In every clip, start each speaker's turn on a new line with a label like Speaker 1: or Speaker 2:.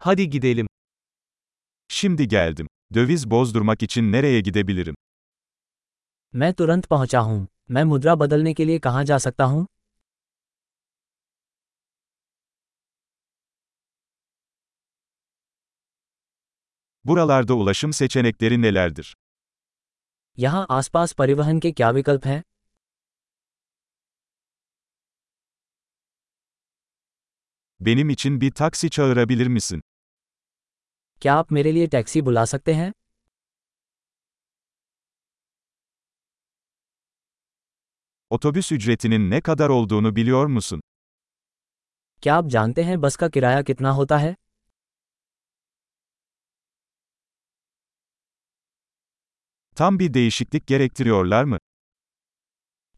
Speaker 1: Hadi gidelim.
Speaker 2: Şimdi geldim. Döviz bozdurmak için nereye gidebilirim?
Speaker 3: मैं तुरंत पहुंचा हूं मैं मुद्रा बदलने के लिए कहां जा सकता हूं
Speaker 2: Buralarda ulaşım seçenekleri nelerdir?
Speaker 3: यहां आसपास परिवहन के क्या विकल्प हैं
Speaker 2: Benim için bir taksi çağırabilir misin?
Speaker 3: क्या आप मेरे लिए टैक्सी बुला सकते हैं
Speaker 2: Otobüs ücretinin ne kadar olduğunu biliyor musun?
Speaker 3: क्या आप जानते हैं बस का किराया कितना होता है
Speaker 2: Tam bir değişiklik gerektiriyorlar mı?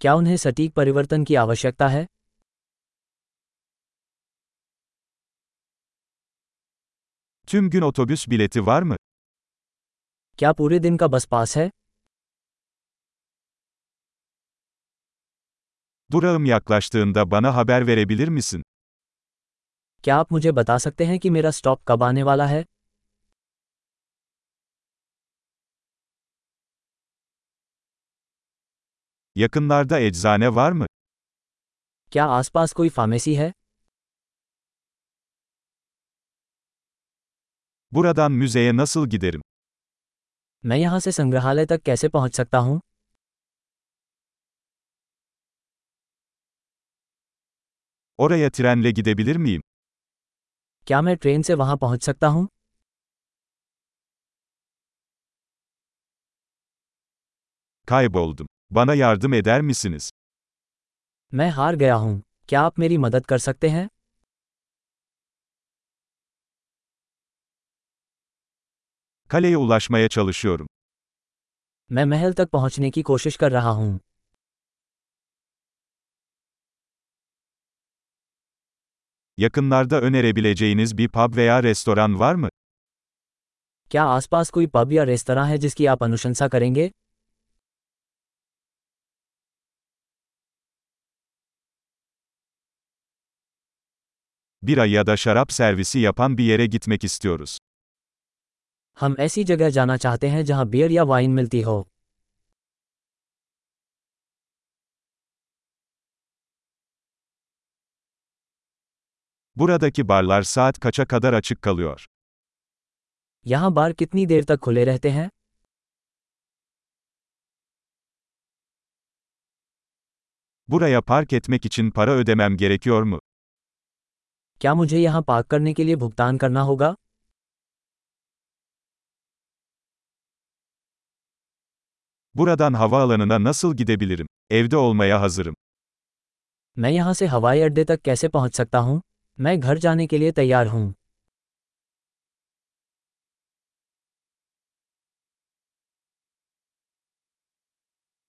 Speaker 3: क्या उन्हें सटीक परिवर्तन की आवश्यकता है
Speaker 2: Tüm gün otobüs bileti var mı?
Speaker 3: क्या पूरे दिन का बस पास है
Speaker 2: Durağım yaklaştığında bana haber verebilir misin?
Speaker 3: क्या आप मुझे बता सकते हैं कि मेरा स्टॉप कब आने वाला है
Speaker 2: Yakınlarda eczane var mı?
Speaker 3: क्या आसपास कोई फार्मेसी है
Speaker 2: Buradan müzeye nasıl giderim?
Speaker 3: मैं यहाँ से संग्रहालय तक कैसे पहुँच सकता हूँ
Speaker 2: Oraya trenle gidebilir miyim?
Speaker 3: क्या मैं ट्रेन से वहाँ पहुँच सकता हूँ
Speaker 2: Kayboldum. Bana yardım eder misiniz?
Speaker 3: मैं हार गया हूँ क्या आप मेरी मदद कर सकते हैं
Speaker 2: Kaleye ulaşmaya çalışıyorum.
Speaker 3: मैं महल तक पहुँचने की कोशिश कर रहा हूँ
Speaker 2: Yakınlarda önerebileceğiniz bir pub veya restoran var mı?
Speaker 3: क्या आसपास कोई पब या रेस्तरा है जिसकी आप अनुशंसा करेंगे
Speaker 2: Bira ya da şarap servisi yapan bir yere gitmek istiyoruz.
Speaker 3: हम ऐसी जगह जाना चाहते हैं जहाँ बियर या वाइन मिलती हो
Speaker 2: Buradaki barlar saat kaça kadar açık kalıyor?
Speaker 3: यहाँ बार कितनी देर तक खुले रहते हैं
Speaker 2: Buraya park etmek için para ödemem gerekiyor mu?
Speaker 3: क्या मुझे यहाँ पार्क करने के लिए भुगतान करना होगा
Speaker 2: Buradan havaalanına nasıl gidebilirim? Evde olmaya hazırım.
Speaker 3: मैं यहाँ से हवाई अड्डे तक कैसे पहुँच सकता हूँ मैं घर जाने के लिए तैयार हूँ